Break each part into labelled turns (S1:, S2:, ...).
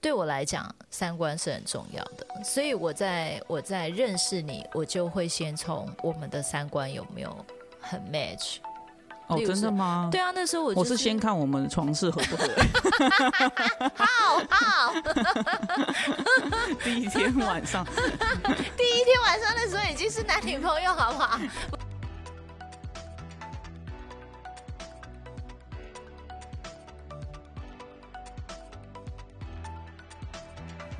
S1: 对我来讲，三观是很重要的，所以我在我在认识你，我就会先从我们的三观有没有很 match。
S2: 哦，
S1: 例如
S2: 真的吗？
S1: 对啊，那时候我、就
S2: 我是先看我们的床事合 不合。
S1: 好好，
S2: 第一天晚上，
S1: 第一天晚上的时候已经是男女朋友，好不好？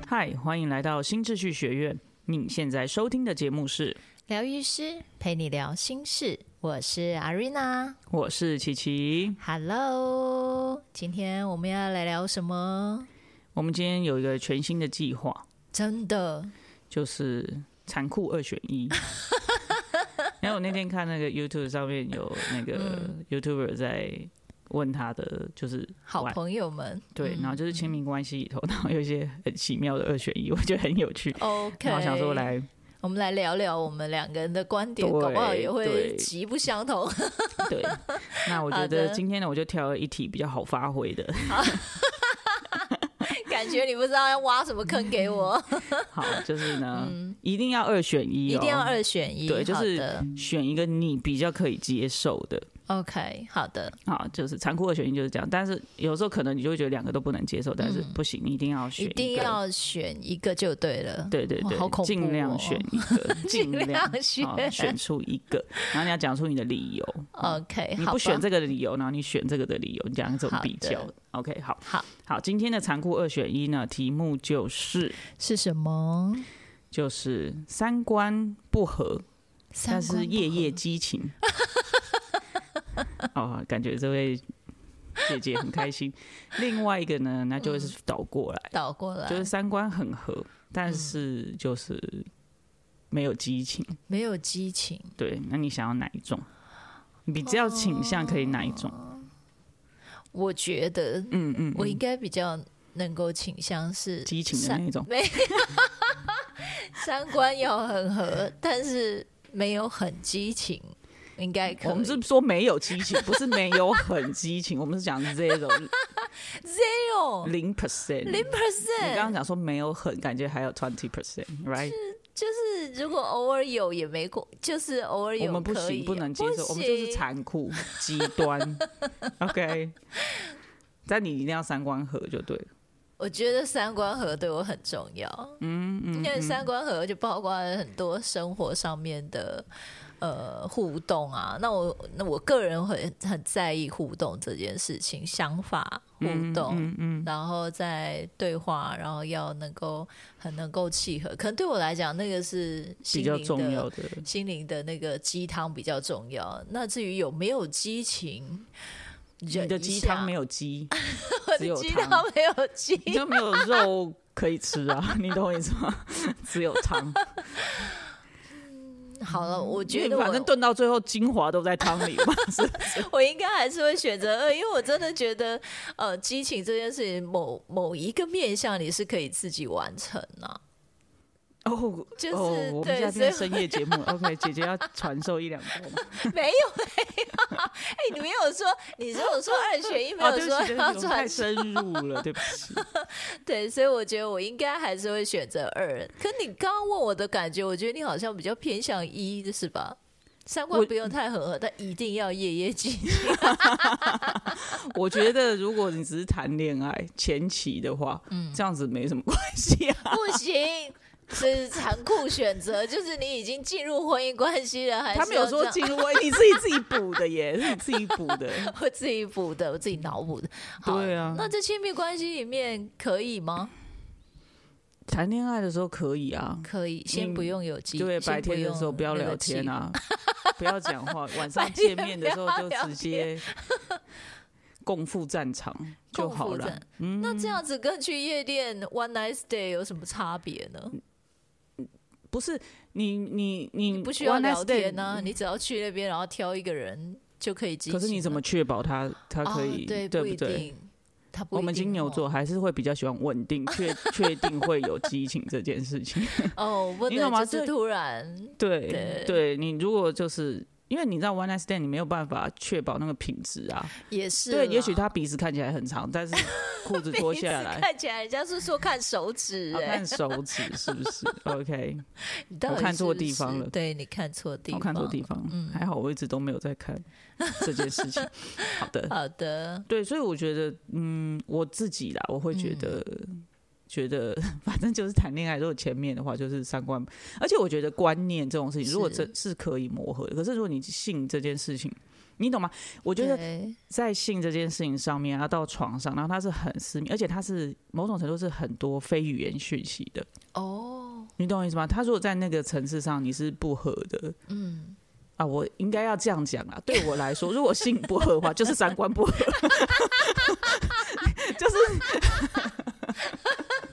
S2: 嗨，欢迎来到新秩序学院。你现在收听的节目是，
S1: 疗愈师陪你聊心事，我是 Arena。
S2: 我是琪琪。
S1: Hello，今天我们要来聊什么？
S2: 我们今天有一个全新的计划，
S1: 真的，
S2: 就是残酷二选 一。然后我那天看那个 YouTube 上面有那个 YouTuber 在问他的，就是
S1: 嗯好
S2: 玩
S1: 朋嗯友们
S2: 对，然后就是亲密关系里头，然后有一些很奇妙的二选一，我觉得很有趣。
S1: ，OK。
S2: 然后想说，来，
S1: 我们来聊聊我们两个人的观点，
S2: 对
S1: 搞不好也会
S2: 对
S1: 极不相同。
S2: 对，那我觉
S1: 好的
S2: 得今天呢，我就挑了一题比较好发挥的。
S1: 感觉你不知道要挖什么坑给我，
S2: 好，就是呢，一定要二选一、
S1: 嗯一
S2: 哦，
S1: 定要二选一。
S2: 对，就
S1: 好
S2: 是
S1: 的
S2: 选一个你比较可以接受的。
S1: OK，好的，
S2: 好，就是残酷二选一就是这样。但是有时候可能你就会觉得两个都不能接受，但是不行，你一定要
S1: 嗯
S2: 选
S1: 一
S2: 个
S1: 定。要选一个就对了。
S2: 对对
S1: 哇
S2: 对，
S1: 好恐怖
S2: 尽量
S1: 哦
S2: 选一个， 尽
S1: 量
S2: 量
S1: 选
S2: 好选出一个，然后你要讲出你的理由。
S1: OK，
S2: 你
S1: 好吧
S2: 不选这个的理由，然后你选这个的理由，你讲这种
S1: 好
S2: 比
S1: 的
S2: 较。OK，好
S1: 好
S2: 好，今天的残酷二选一呢，题目就是
S1: 是什么？
S2: 就是三观不合，但
S1: 三
S2: 是
S1: 观不
S2: 夜夜
S1: 合
S2: 激情。哦，感觉这位姐姐很开心。另外一个呢，那就是倒过来，
S1: 倒过来，
S2: 就是三观很合，但是就是没有激情。
S1: 没有激情。
S2: 对，那你想要哪一种？你比较倾向可以哪一种？
S1: 哦我觉得
S2: 嗯嗯，
S1: 我
S2: 嗯
S1: 应该比较能够倾向是
S2: 激情的
S1: 三
S2: 那一种。
S1: 没有，三观要很合，但是没有很激情，应该可以。
S2: 我们是说没有激情，不是没有很激情，我们是讲 zero
S1: 没有
S2: 零 percent。
S1: 零
S2: 你
S1: percent，
S2: 刚刚讲说没有很，感觉还有 twenty percent，right？
S1: 就是如果偶尔有也没过，就是偶尔有
S2: 我们不
S1: 可以啊
S2: 行，不能接受，我们就是
S1: 行
S2: 残酷极 端。OK，但你一定要三观合就对了。
S1: 我觉得三观合对我很重要，
S2: 嗯
S1: 因
S2: 嗯，
S1: 为三观合就包括很多生活上面的呃互动啊。那我那我个人很很在意互动这件事情，想法互动，
S2: 嗯嗯，
S1: 然后再对话，然后要能够很能够契合。可能对我来讲，那个是心
S2: 比
S1: 灵
S2: 较
S1: 的
S2: 重要的。
S1: 心灵的那个鸡汤比较重要。那至于有没有激情，
S2: 你
S1: 你
S2: 的鸡汤没
S1: 有，
S2: 有鸡，
S1: 我
S2: 只有
S1: 的鸡
S2: 汤
S1: 汤没有鸡，
S2: 你就没有肉可以吃啊？ 你懂我意思吗？只有汤。
S1: 好了，我觉
S2: 因为
S1: 得
S2: 嗯反正
S1: 我
S2: 炖到最后精华都在汤里嘛，是
S1: 我应该还是会选择二，因为我真的觉得，呃，激情这件事情某某一个面向你是可以自己完成啊呐、
S2: 哦，
S1: 就是
S2: 哦、我们
S1: 对
S2: 现在变
S1: 所
S2: 深夜节目了 OK，姐姐要传授一两波吗？
S1: 没有没有，哎、你没有说，你只有说二选一，没
S2: 哦，
S1: 有
S2: 对不
S1: 说
S2: 起，对
S1: 要
S2: 不起，我太
S1: 转
S2: 深入了，对不起。
S1: 对，所以我觉得我应该还是会选择二。可你刚刚问我的感觉，我觉得你好像比较偏向一，是吧？三观
S2: 我
S1: 不用太很合，但一定要夜夜静静。
S2: 我觉得如果你只是谈恋爱前期的话，
S1: 嗯
S2: 这样子没什么关系啊。
S1: 不行， 这是残酷选择，就是你已经进入婚姻关系了，还是
S2: 他没有
S1: 要这
S2: 说
S1: 样
S2: 进入，哎你自己自己补的耶， 是你自己补的。
S1: 我自己补的，我自己脑补的。好
S2: 对啊
S1: 那在亲密关系里面可以吗？
S2: 谈恋爱的时候可以啊，
S1: 可以，先不用有激，
S2: 对，
S1: 先
S2: 白天的时候不要聊天
S1: 啊。
S2: 啊，不要讲话，
S1: 白
S2: 晚上
S1: 天
S2: 见面的时候
S1: 不要
S2: 就
S1: 聊
S2: 直接共赴战场就好
S1: 共赴
S2: 了嗯
S1: 战。那这样子跟去夜店 one night stay 有什么差别呢？
S2: 不是你你你
S1: 你不需要
S2: one night
S1: 聊天
S2: stand，
S1: 啊，你只要去那边，然后挑一个人就可以激情
S2: 可
S1: 了。
S2: 是你怎么确保他他可以、
S1: 哦、对
S2: 对
S1: 不
S2: 不
S1: 一
S2: 对？
S1: 定他不一定哦
S2: 我们金牛座还是会比较喜欢稳定， 确确定会有激情这件事情。
S1: 哦，不
S2: 你懂吗
S1: 能就是
S2: 这
S1: 突然
S2: 对，
S1: 对
S2: 你如果就是因为你知道 one night stand 你没有办法确保那个品质啊。
S1: 也是啦
S2: 对，也许他鼻子看起来很长，但是裤子脱
S1: 第一次
S2: 下来，
S1: 看起来人家是说看手指、
S2: 好
S1: 哎、
S2: 看手指是不是？OK，
S1: 你到底
S2: 我看错
S1: 是不
S2: 地方
S1: 是
S2: 了
S1: 对你看错地
S2: 我
S1: 方，嗯
S2: 看错地方，还好我一直都没有在看这件事情。 好的，
S1: 好的，
S2: 对，所以我觉得，嗯，我自己啦，我会觉得，觉得 反正就是谈恋爱，如果前面的话就是三观，而且我觉得观念这种事情，如果
S1: 是
S2: 这是可以磨合的，可是如果你性这件事情，你懂吗？我
S1: 我
S2: 觉得在性这件事情上面，啊他到床上，然后他是很私密，而且他是某种程度是很多非语言讯息的，
S1: 哦，
S2: 你懂我意思吗？他如果在那个层次上你是不合的，嗯。啊，我应该要这样讲啊。对我来说，如果性不合的话，就是三观不合， 就是，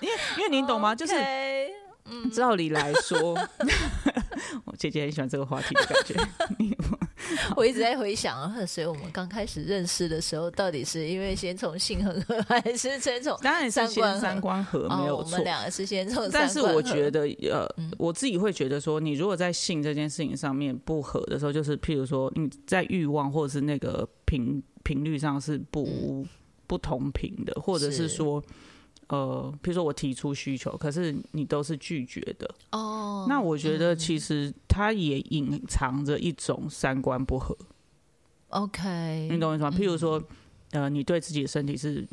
S2: 因为因为你懂吗？啊就是
S1: 是
S2: 照理来说， 我姐姐很喜欢这个话题的感觉。
S1: 我一直在回想啊，所以我们刚开始认识的时候，到底是因为先从性很合， 还是先从
S2: 当然是
S1: 三观
S2: 先
S1: 合
S2: 三观合没
S1: 哦，
S2: 有
S1: 我
S2: 错
S1: 们，两个是先从三嗯观
S2: 但
S1: 合，
S2: 是我觉得，呃，我自己会觉得说，你如果在性这件事情上面不合的时候，就是譬如说你在欲望或者是那个频频率上是不、不同频的，或者是
S1: 嗯是
S2: 说，呃，譬如说我提出需求，可是你都是拒绝的，
S1: 哦，
S2: 那我觉得其实它也隐藏着一种三观不合，
S1: 嗯 OK，
S2: 你
S1: 嗯
S2: 懂我意思吗？譬如说，呃，你对自己的身体是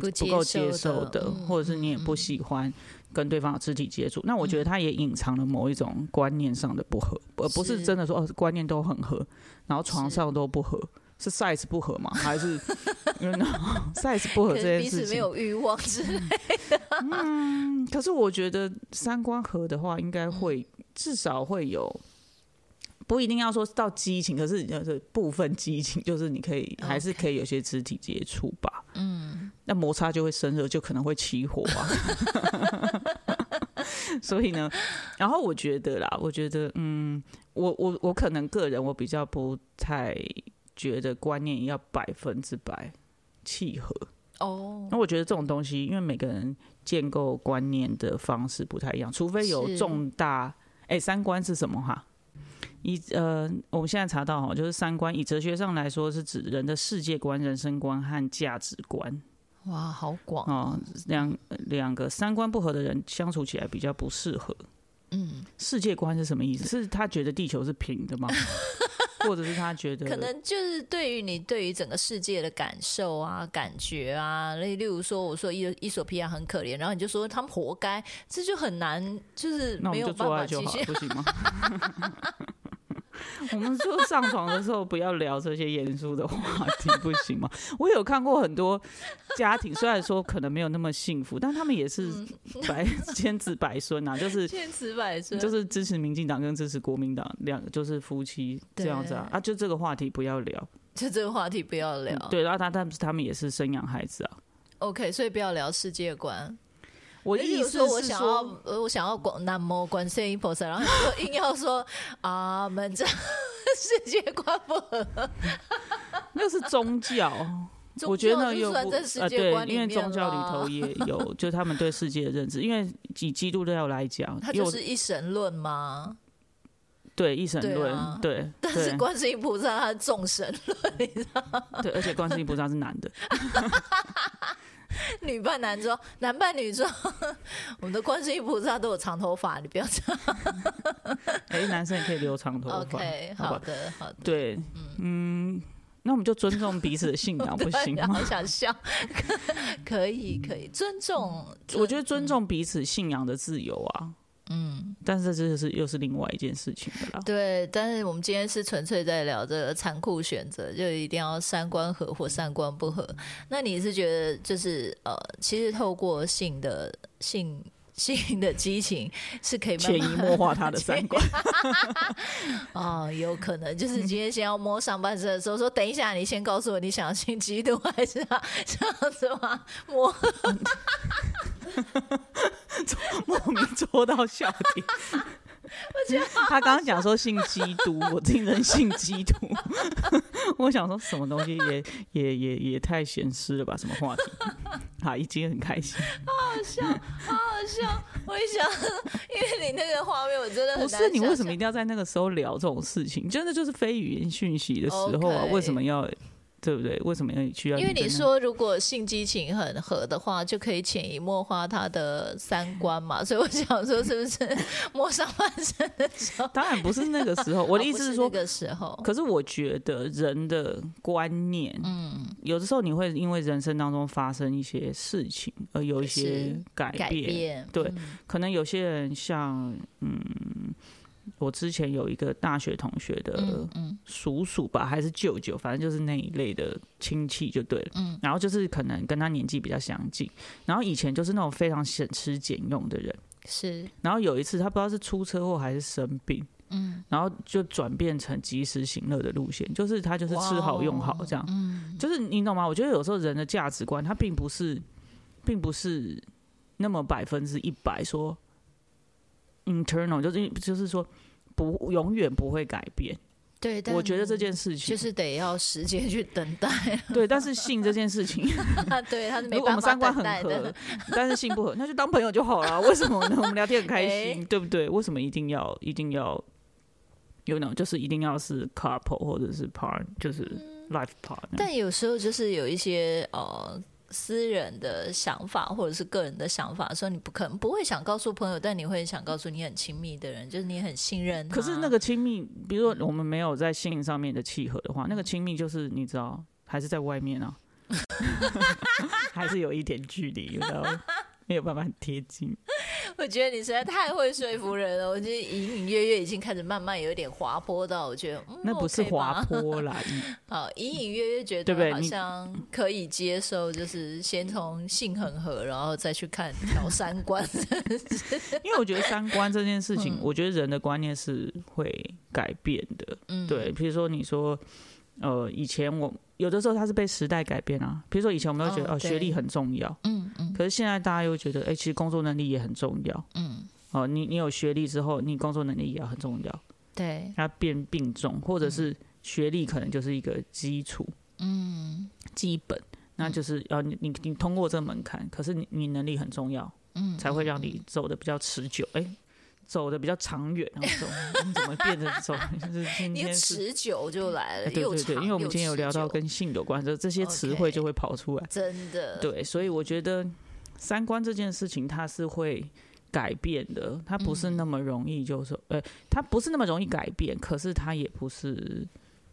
S1: 不
S2: 不
S1: 接
S2: 够
S1: 受
S2: 接受
S1: 的
S2: 的，
S1: 嗯嗯
S2: 或者是你也不喜欢跟对方有肢体接触，那我觉得他也隐藏了某一种观念上的不合，而不是
S1: 是
S2: 真的说哦观念都很合，然后床
S1: 是
S2: 上都不合，是 size 不合吗？还 是 you know, size 不合
S1: 可
S2: 这
S1: 是
S2: 件
S1: 彼
S2: 事
S1: 此没
S2: 情？
S1: 有欲望之类
S2: 嗯，可是我觉得三观合的话，应该会至少会有。不一定要说到激情，可是就是部分激情，就是你可以还是可以有些肢体接触吧。嗯，那摩擦就会生热，就可能会起火啊。 所以呢，然后我觉得啦，我觉得嗯，我我我可能个人我比较不太觉得观念要百分之百契合。
S1: 哦，
S2: 那我觉得这种东西，因为每个人建构观念的方式不太一样，除非有
S1: 是
S2: 重大哎、三观是什么哈？以呃，我们现在查到哈，就是三观，以哲学上来说，是指人的世界观、人生观和价值观
S1: 哇，好广，
S2: 哦，两两个三观不合的人相处起来比较不适合。
S1: 嗯，
S2: 世界观是什么意思？是他觉得地球是平的 吗？或者是他觉得
S1: 可能就是对于你对于整个世界的感受啊、感觉啊，例例如说，我说伊伊索比亚很可怜，然后你就说他们活该，这就很难，就是
S2: 那我
S1: 没
S2: 们
S1: 有
S2: 就
S1: 办
S2: 做
S1: 法
S2: 爱
S1: 继
S2: 就好
S1: 续
S2: 了，不行吗？ 我们就上床的时候不要聊这些严肃的话题，不行吗？我有看过很多家庭，虽然说可能没有那么幸福，但他们也是
S1: 嗯
S2: 百 千子百孙啊， 就 是
S1: 千词百岁，
S2: 就是支持民进党跟支持国民党两个就是夫妻这样子啊
S1: 对
S2: 啊，就这个话题不要聊。嗯
S1: 就这个话题不要聊。
S2: 对，然后他但是他们也是生养孩子啊。
S1: OK，所以不要聊世界观。
S2: 我的
S1: 例
S2: 意
S1: 如
S2: 思是
S1: 说我想要，呃我想要广南摩观世音菩萨，然后你就硬要说 啊，们这 世界观不合，
S2: 那是宗 教。我觉得
S1: 就
S2: 有
S1: 算
S2: 不
S1: 在世
S2: 呃
S1: 界
S2: 对
S1: 观，里
S2: 因为
S1: 面啊
S2: 宗教里 头
S1: 啦，
S2: 也有，就他们对世界的认知。因为以基督教来讲，
S1: 它
S2: 因为
S1: 就
S2: 我
S1: 是一神论嘛。
S2: 对一神
S1: 对
S2: 论
S1: 啊，
S2: 对，
S1: 但
S2: 对
S1: 是观世音菩萨他是众神，
S2: 对，而且观世音菩萨是男的，
S1: 女扮男装，男扮女装。 我们的观世音菩萨都有长头发，你不要这样。
S2: 哎，男生也可以留长头发
S1: OK，，
S2: 好
S1: 好
S2: 吧？
S1: 的，好的。
S2: 对，嗯，那我们就尊重彼此的信 仰，不行
S1: 对啊
S2: 吗
S1: 好？想笑， 可以可以，尊嗯重。
S2: 我觉得尊重彼此信仰的自由啊，嗯，但是这就是又是另外一件事情的啦。
S1: 对，但是我们今天是纯粹在聊这个残酷选择，就一定要三观合或三观不合。那你是觉得就是呃，其实透过性的性性的激情是可以慢
S2: 潜
S1: 慢
S2: 移默化他的三观，
S1: 哦，有可能就是今天先要摸上半身的时候，说等一下，你先告诉我你想要信基督还是啊 这样子吗？摸
S2: 莫名戳到笑点。他刚刚讲说信基督，我听成信基督， 我想说什么东西也也也也太闲湿了吧？什么话题？啊，已经很开心，
S1: 好笑，我一想，因为你那个画面，我真的很
S2: 不
S1: 难
S2: 是你为
S1: 想
S2: 什么一定要在那个时候聊这种事情？真的就是非语言讯息的时候啊
S1: OK
S2: 为什么要对不对？为什么要需要？
S1: 因为你，说如果性激情很合的话，就可以潜移默化他的三观嘛，所以我想说是不 是摸上半身的时候？啊
S2: 当然不是那个时候。我的意思
S1: 是
S2: 是说
S1: 那，个时候，
S2: 可是我觉得人的观念，嗯，有的时候你会因为人生当中发生一些事情而有一些
S1: 是
S2: 改
S1: 改变
S2: 对
S1: 嗯
S2: 可能有些人像，嗯，我之前有一个大学同学的
S1: 嗯嗯
S2: 叔叔吧，还是舅舅，反正就是那一类的亲戚就对了。嗯，然后就是可能跟他年纪比较相近，然后以前就是那种非常省吃俭用的人。
S1: 是
S2: 然后有一次他不知道是出车祸还是生病，嗯，然后就转变成及时行乐的路线，就是他就是吃好用好这样，
S1: 哦
S2: 嗯，就是你懂吗？我觉得有时候人的价值观他并不是，并不是那么百分之一百说 internal，就是就是说不永远不会改变。
S1: 对，但
S2: 我觉得这件事情
S1: 就是得要时间去等 待，
S2: 对，但是性这件事情，
S1: 对，他是没
S2: 如果我
S1: 办
S2: 们
S1: 法
S2: 三观
S1: 等
S2: 很
S1: 待
S2: 合
S1: 的。，
S2: 但是性不合，那就当朋友就好了。为什么呢？我们聊天很开心，
S1: 哎
S2: 对不对？为什么一定要一定要有那种就是一定要是 couple 或者是 part，就是
S1: 嗯
S2: life partner？
S1: 但有时候就是有一些呃私人的想法或者是个人的想法的时候，你不可能不会想告诉朋友，但你会想告诉你很亲密的人，就是你很信任他。
S2: 可是那个亲密，比如说我们没有在性上面的契合的话，那个亲密就是你知道，还是在外面 啊，还是有一点距离，你知道吗？没有办法很贴 近。
S1: 我觉得你实在太会说服人了，我就隐隐约约已经开始慢慢有点滑坡到，我觉得、嗯、
S2: 那不是
S1: OK 吧
S2: 滑，坡啦，一
S1: 好，隐隐约约觉
S2: 对不对
S1: 得好
S2: 你
S1: 像可以接受，就是先从性很合，然后再去看调三 观，
S2: 因为我觉得三观这件事情，我觉得人的观念是会改变的。
S1: 嗯
S2: 对，比如说你说，呃，以前我有的时候它是被时代改变啊。比如说以前我们都觉得
S1: 哦
S2: 哦学历
S1: 对
S2: 很重要，
S1: 嗯嗯
S2: 可是现在大家又觉得，哎、其实工作能力也很重要。
S1: 嗯，
S2: 哦、你你有学历之后，你工作能力也很重要。
S1: 对，
S2: 它变并重，或者是学历可能就是一个基础，
S1: 嗯
S2: 基本。那就是要你你你通过这门槛，可是你你能力很重要，
S1: 嗯，
S2: 才会让你走的比较持久，哎、走的比较长远。然后 走，我们怎么变成走？就是今
S1: 你
S2: 天是。
S1: 持久就来了，
S2: 对
S1: 又
S2: 对对，
S1: 长
S2: 因为我们
S1: 又
S2: 今天有聊到
S1: 持久
S2: 跟性有关的这些词汇
S1: OK
S2: 就会跑出来。
S1: 真的，
S2: 对，所以我觉得三观这件事情它是会改变的，它不
S1: 嗯
S2: 是那么容易，就是说，呃，它不是那么容易改变，可是它也不是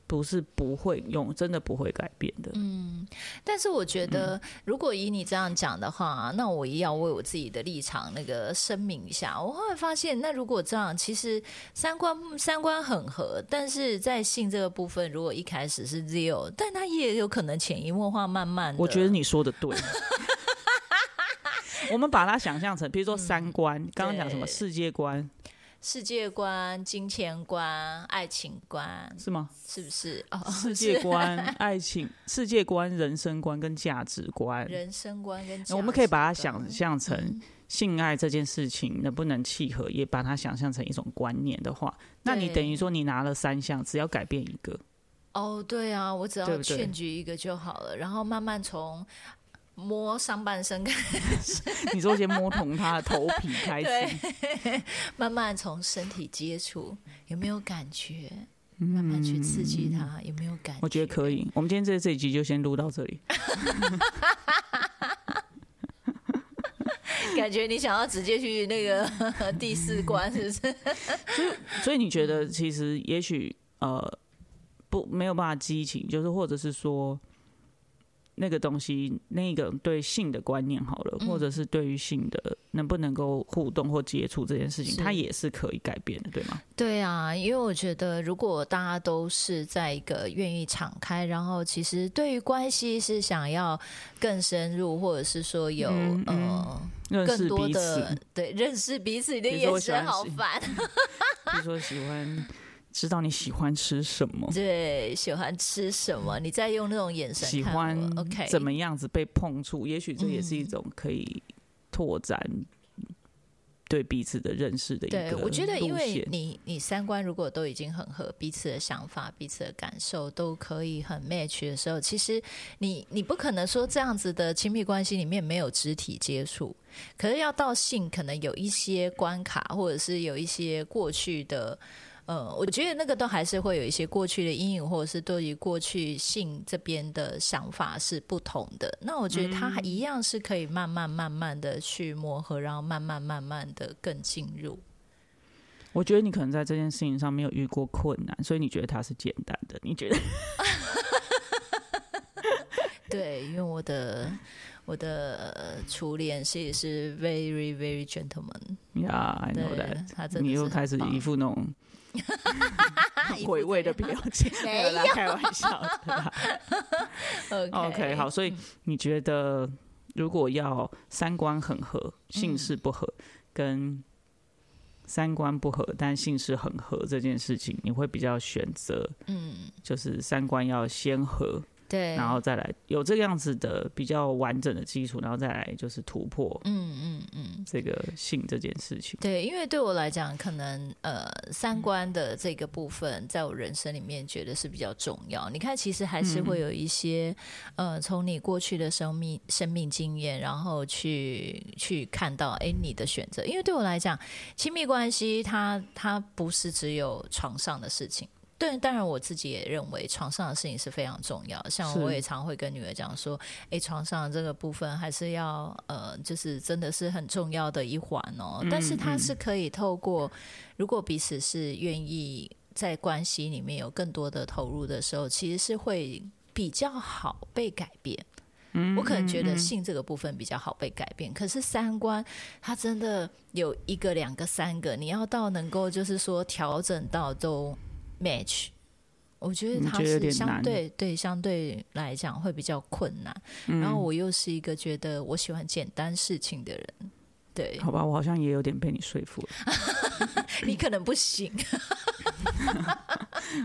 S2: 不是不会用，真的不会改变的。
S1: 嗯但是我觉
S2: 嗯
S1: 得，如果以你这样讲的话，那我也要为我自己的立场那个声明一下。我后来发现，那如果这样，其实三观三观很合，但是在性这个部分，如果一开始是 zero，但他也有可能潜移默化，慢慢的。
S2: 我觉得你说的对。 我们把它想象成，比如说三观，刚刚讲什么
S1: 嗯对
S2: 世界观
S1: 世界观、金钱观、爱情观，
S2: 是吗？
S1: 是不 是？哦，
S2: 世界观、爱情、世界观、人生观跟价值观
S1: 是，人生观跟价值
S2: 我
S1: 观
S2: 们可以把它
S1: 嗯
S2: 想象成性爱这件事情能不能契合，也把它想象成一种观念的话，那你
S1: 对
S2: 等于说你拿了三项，只要改变一个，
S1: 哦，对啊，我只
S2: 对
S1: 要
S2: 不对
S1: 劝举一个就好了，然后慢慢从摸上半身开
S2: 你说先摸从他的头 皮开始，
S1: 对，慢慢从身体接触，有没有感觉？慢慢去刺激它，有没有嗯感觉？
S2: 我觉得可以。我们今天这这一集就先录到这里。
S1: 感觉你想要直接去那个 第四关，是不是？
S2: 所以你觉
S1: 嗯
S2: 得其实也许呃不没有办法激情，就是或者是说那个东西那个对性的观念好了，
S1: 嗯
S2: 或者是对于性的能不能够互动或接触这件事情，
S1: 是
S2: 它也是可以改变的，对吗？
S1: 对啊，因为我觉得，如果大家都是在一个愿意敞开，然后其实对于关系是想要更深入，或者是说有、
S2: 嗯嗯
S1: 呃
S2: 认
S1: 更
S2: 识
S1: 多
S2: 彼此
S1: 的，对认识彼此，你的
S2: 比如说我
S1: 眼
S2: 喜
S1: 神
S2: 欢
S1: 好
S2: 谁
S1: 烦。
S2: 比如说喜欢知道你喜欢吃什 么，
S1: 对，喜欢吃什么？你再用那种眼神
S2: 喜
S1: 看
S2: 欢
S1: 我 OK
S2: 怎么样子被碰触，也许这也是一种可以拓展对彼此的认识的一个
S1: 对，我觉得因
S2: 路
S1: 为
S2: 线
S1: 你你三观如果都已经很合，彼此的想法、彼此的感受都可以很 match 的时候，其实你你不可能说这样子的亲密关系里面没有肢体接触，可是要到性，可能有一些关卡，或者是有一些过去的。呃，我觉得那个都还是会有一些过去的阴影，或者是对于过去性这边的想法是不同的。那我觉得他
S2: 嗯
S1: 一样是可以慢慢慢慢的去磨合，然后慢慢慢慢的更进入。
S2: 我觉得你可能在这件事情上没有遇过困难，所以你觉得它是简单的。你觉得
S1: 对，因为我的我的呃初恋是是 very very gentleman，
S2: 呀、yeah,？I
S1: 对
S2: know that，
S1: 他真的
S2: 你
S1: 是
S2: 又
S1: 很
S2: 开始
S1: 棒
S2: 一副 那种
S1: 一副
S2: 回味的
S1: 怎
S2: 表
S1: 么样
S2: 情，
S1: 没
S2: 有啦，开玩笑的啦。OK，好，所以你觉得
S1: 嗯
S2: 如果要三观很合，姓氏不合，跟三观不合但姓氏很合这件事情，你会比较选择，嗯，就是三观要先合，
S1: 对，
S2: 然后再来有这样子的比较完整的基础，然后再来就是突破
S1: 嗯嗯嗯，
S2: 这个性这件事情。
S1: 对，因为对我来讲，可能呃三观的这个部分，在我人生里面觉得是比较重要。你看，其实还是会有一些、呃，从你过去的生命生命经验，然后去去看到哎你的选择。因为对我来讲，亲密关系它它不是只有床上的事情。对，当然我自己也认为床上的事情是非常重要。像
S2: 是
S1: 我也常会跟女儿讲说，诶，床上这个部分还是要呃，就是真的是很重要的一环哦。但
S2: 嗯
S1: 是它是可以透过，如果彼此是愿意在关系里面有更多的投入的时候，其实是会比较好被改变。
S2: 嗯
S1: 我可能觉得性这个部分比较好被改变，可是三观它真的有一个、两个、三个，你要到能够就是说调整到都 match，我觉得
S2: 你
S1: 它
S2: 嗯觉得有
S1: 是
S2: 点
S1: 相
S2: 难
S1: 对对相对来讲会比较困难。然
S2: 嗯
S1: 后我又是一个觉得我喜欢简单事情的人，对
S2: 嗯好吧，我好像也有点被你说服 了。
S1: 你可能不行。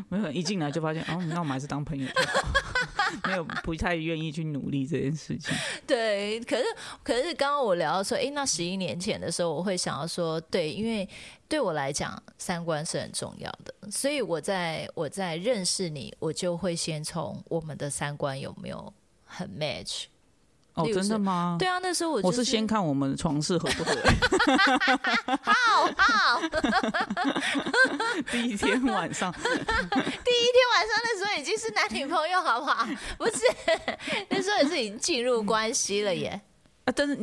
S2: 没有，一进来就发现，哦，那我们还是当朋友就好，没有不太愿意去努力这件事情。
S1: 对，可是可是刚刚我聊到说，诶，那十一年前的时候，我会想要说，对，因为对我来讲，三观是很重要的，所以我在我在认识你，我就会先从我们的三观有没有很 match。
S2: 哦，
S1: 例如
S2: 真的
S1: 是
S2: 吗？
S1: 对啊，那时候我、就
S2: 我是先看我们的床事合不合。
S1: 好好，第一天
S2: 第一天晚上，
S1: 晚上那时候已经是男女朋友，好不好？不是， 那时候也是已经进入关系了耶。
S2: 啊， 但是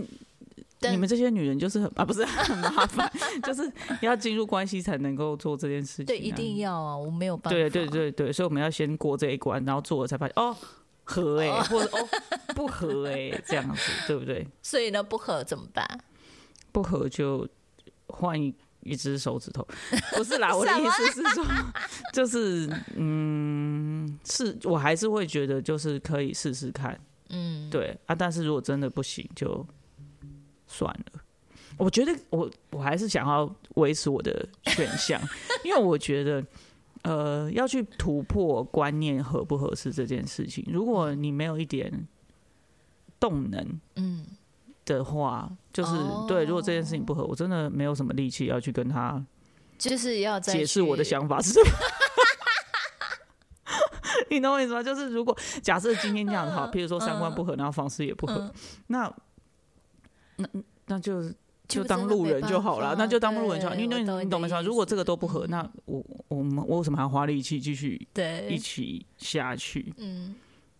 S1: 但
S2: 你们这些女人就是很啊，不是 很麻烦，就是要进入关系才能够做这件事情、啊。
S1: 对，一定要啊，我没有办法。
S2: 对对对对，所以我们要先过这一关，然后做了才发现哦。合哎、欸，或者哦不合哎、欸，这样子对不对？
S1: 所以呢，不合怎么办？
S2: 不合就换一一只手指头，不是啦，我的意思是说， 就是嗯，是我还是会觉得就是可以试试看，
S1: 嗯，
S2: 对啊，但是如果真的不行就算了。我觉得我我还是想要维持我的选项，因为我觉得呃要去突破观念合不合适这件事情，如果你没有一点动能，
S1: 嗯，
S2: 的话，就是、
S1: 哦
S2: 对，如果这件事情不合，我真的没有什么力气要去跟他
S1: 就是要再
S2: 解释我的
S1: 去
S2: 想法是什么。 你懂我意思吗？就是如果假设今天这样子
S1: 嗯
S2: 好，譬如说三观不合，然后房事也不合，那那那就就当路人就好了，那就当路人就好。
S1: 对
S2: 你懂
S1: 我懂
S2: 你懂没
S1: 你的
S2: 错？
S1: 意
S2: 如果这个都不合，
S1: 思
S2: 那我我们我为什么还要花力气继续一
S1: 对，
S2: 起下去？
S1: 嗯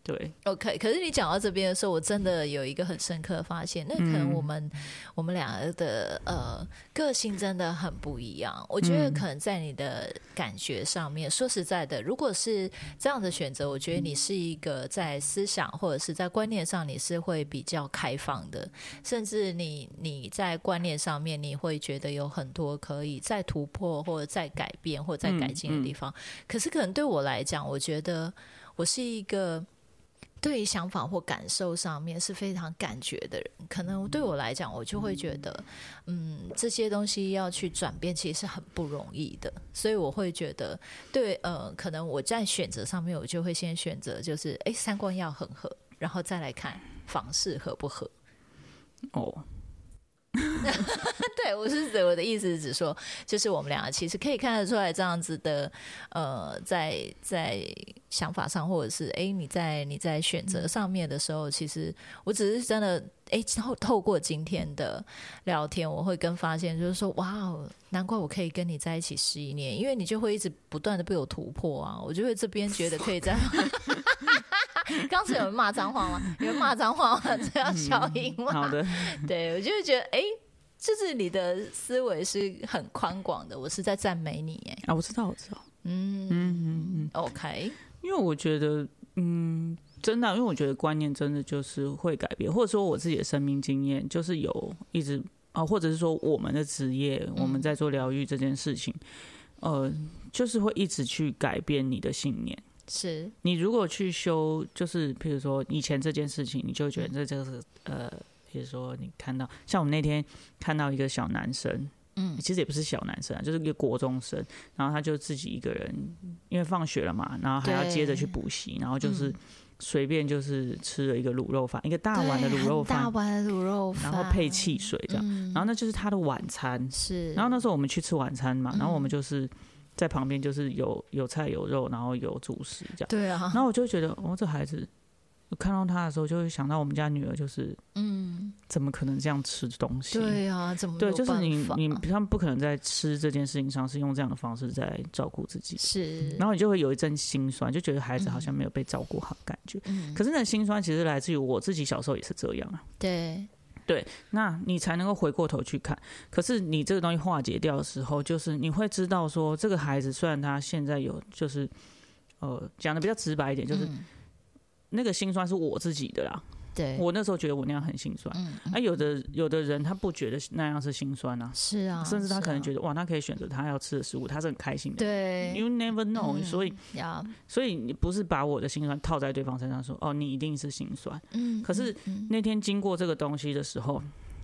S2: 对，
S1: ，OK。可是你讲到这边的时候，我真的有一个很深刻的发现，那可能
S2: 嗯
S1: 我们、我们俩的呃个性真的很不一样。我觉
S2: 嗯
S1: 得可能在你的感觉上面，说实在的，如果是这样的选择，我觉得你是一个在思想或者是在观念上你是会比较开放的，甚至你你在观念上面，你会觉得有很多可以再突破或者再改变或者再改进的地方。可是可能对我来讲，我觉得我是一个。对于想法或感受上面是非常感觉的人，可能对我来讲，我就会觉得，嗯，这些东西要去转变，其实是很不容易的。所以我会觉得，对，呃，可能我在选择上面，我就会先选择就是，哎，三观要很合，然后再来看房事合不合。
S2: 哦，
S1: 对，我是指我的意思是指说，就是我们俩其实可以看得出来这样子的，呃，在在想法上，或者是哎、诶你在你在选择上面的时候，其实我只是真的哎，透、透过今天的聊天，我会更发现，就是说哇哦，难怪我可以跟你在一起十一年，因为你就会一直不断的被我突破啊。我就会这边觉得可以在， 刚才有人骂脏话吗？有人骂脏话吗？这要消音吗？
S2: 好的，
S1: 对，我就会觉得，哎、就是你的思维是很宽广的，我是在赞美你，哎，
S2: 啊，我知道，我知道，
S1: 嗯嗯嗯，OK，
S2: 因为我觉得，嗯，真的啊，因为我觉得观念真的就是会改变，或者说我自己的生命经验，就是有一直啊、或者是说我们的职业，我们在做疗愈这件事情，呃，就是会一直去改变你的信念。
S1: 是
S2: 你如果去修，就是譬如说以前这件事情，你就会觉得这就是呃，比如说你看到像我们那天看到一个小男生，嗯，其实也不是小男生啊，就是一个国中生，然后他就自己一个人，因为放学了嘛，然后还要接着去补习，然后
S1: 嗯
S2: 就是随便就是吃了一个卤肉饭，一个大碗的
S1: 对
S2: 卤肉
S1: 很大
S2: 饭，
S1: 碗的卤肉饭，
S2: 然后配汽水这样，然后那就是他的晚餐，
S1: 嗯是，嗯
S2: 然后那时候我们去吃晚餐嘛，然后我们就是在旁边就是有有菜有肉，然后有主食这样。
S1: 对啊
S2: 然，后我就觉得，哦，这孩子，我看到他的时候，就会想到我们家女儿，就是，嗯，怎么可能这样吃东西？
S1: 对啊，怎么
S2: 对，
S1: 有
S2: 就是
S1: 办
S2: 你
S1: 法
S2: 你他们不可能在吃这件事情上是用这样的方式在照顾自己，
S1: 是，嗯
S2: 然后你就会有一阵心酸，就觉得孩子好像没有被照顾好的感觉。可是那心酸其实来自于我自己小时候也是这样啊。
S1: 对，
S2: 那你才能够回过头去看。可是你这个东西化解掉的时候，就是你会知道说，这个孩子虽然他现在有，就是呃讲的比较直白一点，就是、
S1: 嗯
S2: 那个心酸是我自己的啦。
S1: 对，嗯
S2: 我那时候觉得我那样很心酸，啊，有的有的人他不觉得那样是心酸啊，
S1: 是啊，
S2: 甚至他
S1: 是
S2: 可能
S1: 啊
S2: 觉得、哇，他可以选择他要吃的食物，他是很开心的。
S1: 对嗯
S2: You never know，、所以
S1: 呀，
S2: 所以你不是把我的心酸套在对方身上说哦，你一定是心酸。
S1: 嗯，
S2: 可是那天经过这个东西的时候，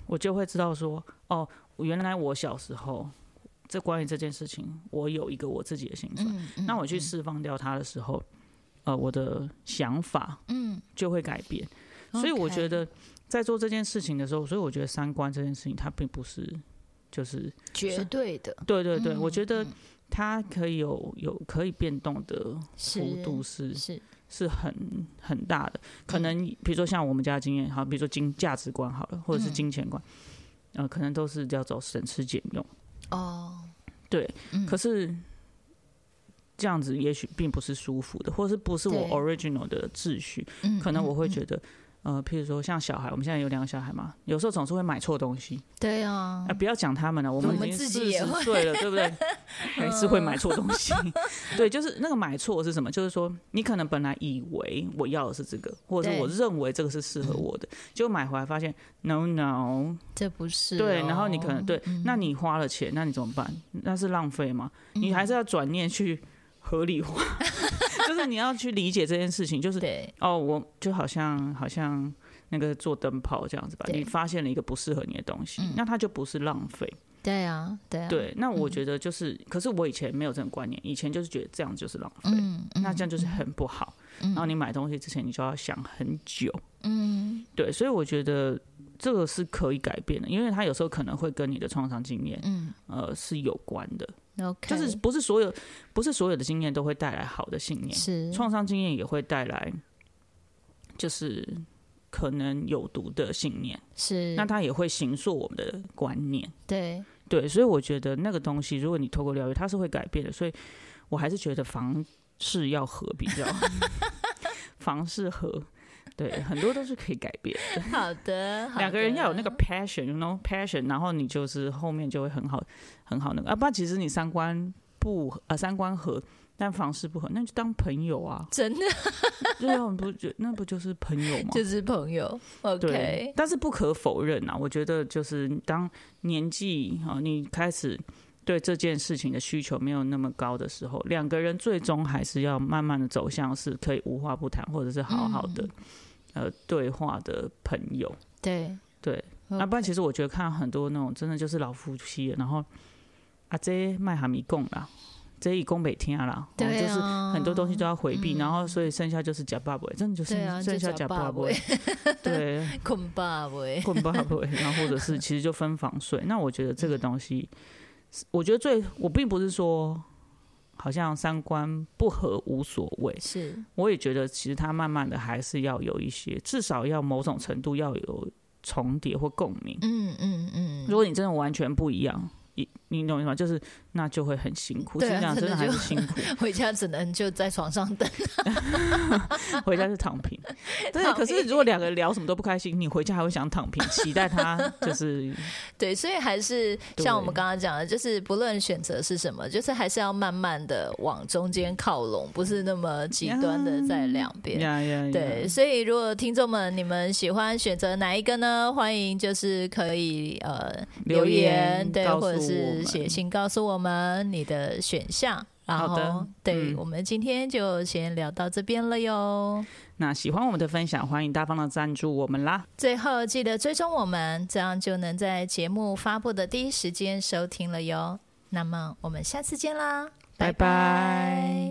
S2: 我就会知道说，哦，原来我小时候这关于这件事情，我有一个我自己的心
S1: 嗯
S2: 酸。嗯那我去释放掉它的时候，呃，我的想法
S1: 嗯，
S2: 就会改变。所以我
S1: OK
S2: 觉得在做这件事情的时候，所以我觉得三观这件事情它并不是就是
S1: 绝对的
S2: 对对
S1: 嗯
S2: 对，我觉得它可以有有可以变动的幅
S1: 是
S2: 度是
S1: 是
S2: 是很很大的。
S1: 嗯
S2: 可能比如说像我们家的经验，好，比如说金价值观好了，或
S1: 嗯
S2: 者是金钱观，呃，可能都是要走省吃俭用。
S1: 哦，
S2: 对，
S1: 嗯
S2: 可是这样子也许并不是舒服的，或是不是我
S1: 对
S2: original 的秩序，
S1: 嗯
S2: 可能
S1: 嗯
S2: 我会觉得。呃，譬如说像小孩，我们现在有两个小孩嘛，有时候总是会买错东西
S1: 对啊
S2: 啊、，不要讲他们了，我
S1: 我
S2: 们已
S1: 们
S2: 经
S1: 自己
S2: 四
S1: 也
S2: 十
S1: 会嗯
S2: 岁了，对 不对？还是会买错东西。对，就是那个买错是什么？就是说，你可能本来以为我要的是这个，或者是
S1: 对
S2: 我认为这个是适合我的，结果买回来发现 no no，
S1: 这不是
S2: 对，然后你可能
S1: 哦
S2: 对，那你花了钱，那你怎么办？那是浪费吗？
S1: 嗯
S2: 你还是要转念去合理化， 就是你要去理解这件事情，就是
S1: 对
S2: 哦，我就好像好像那个做灯泡这样子吧，
S1: 对嗯
S2: 你发现了一个不适合你的东西，那它就不是浪费。
S1: 对啊对啊，
S2: 对，那我觉得就是，可是我以前没有这种观念，以前就是觉得这样就是浪费，
S1: 嗯，嗯
S2: 那这样就是很不好。然后你买东西之前，你就要想很久。嗯，对，所以我觉得这个是可以改变的，因为它有时候可能会跟你的创伤经验，嗯，呃，是有关的。
S1: 嗯 OK，
S2: 就是不是所有不是所有的经验都会带来好的信念，
S1: 是
S2: 创伤经验也会带来，就是可能有毒的信念，
S1: 是
S2: 那它也会形塑我们的观念。
S1: 对
S2: 对，所以我觉得那个东西，如果你透过疗愈，它是会改变的。所以我还是觉得房事要和比较 好，房事和，对，很多都是可以改变的。
S1: 好的，好
S2: 两个人要有
S1: 的。
S2: 那个 passion，you know passion，然后你就是后面就会很好，很好那个。啊，不然其实你三观不合呃三观合，但房事不合，那就当朋友啊
S1: 真的
S2: 对啊，你不觉那不就是朋友吗？
S1: 就是朋友
S2: 对
S1: ，OK，
S2: 但是不可否认啊，我觉得就是当年纪啊，你开始对这件事情的需求没有那么高的时候，两个人最终还是要慢慢的走向是可以无话不谈，或者是好好的、
S1: 嗯
S2: 呃对话的朋友。
S1: 对
S2: 对，
S1: OK
S2: 啊，不然其实我觉得看到很多那种真的就是老夫妻了，然后啊这卖哈米贡啦，这一贡北天啦，哦
S1: 对
S2: 就是
S1: 啊，嗯
S2: 很多东西都要回避，然后所以剩下就是假爸爸，真的就是
S1: 对啊
S2: 剩
S1: 就
S2: 下
S1: 吃
S2: 假
S1: 饱
S2: 爸爸
S1: 尾，
S2: 对，
S1: 捆爸喂，
S2: 混爸 爸，然后或者是其实就
S1: 嗯
S2: 分房睡。那我觉得这个东西，我觉得最我并不是说好像三观不合无所谓。
S1: 是
S2: 我也觉得，其实他慢慢的还是要有一些，至少要某种程度要有重叠或共鸣。
S1: 嗯嗯嗯，
S2: 如果你真的完全不一样，你你懂我意思吗？就是那就会很辛苦，
S1: 对啊
S2: 实际上真的
S1: 真
S2: 还
S1: 的
S2: 是辛 苦，
S1: 回家只能就在床上等。
S2: 回家是躺平。对，
S1: 躺
S2: 可是
S1: 平
S2: 如果两个聊什么都不开心，你回家还会想躺平，期待他就是
S1: 对，所以还是像我们
S2: 对
S1: 刚刚讲的，就是不论选择是什么，就是还是要慢慢的往中间靠拢，不是那么极端的在
S2: 嗯
S1: 两边。
S2: 呀呀呀，
S1: 对，所以如果听众们你们喜欢选择哪一个呢？欢迎就是可以呃
S2: 留
S1: 言对，
S2: 告诉
S1: 或者
S2: 我
S1: 是
S2: 们
S1: 写信告诉我们你的选项。然
S2: 好
S1: 后，
S2: 的
S1: 对、
S2: 嗯
S1: 我们今天就先聊到这边了哟。
S2: 那喜欢我们的分享，欢迎大方的赞助我们啦。
S1: 最后记得追踪我们，这样就能在节目发布的第一时间收听了哟。那么我们下次见啦，
S2: 拜拜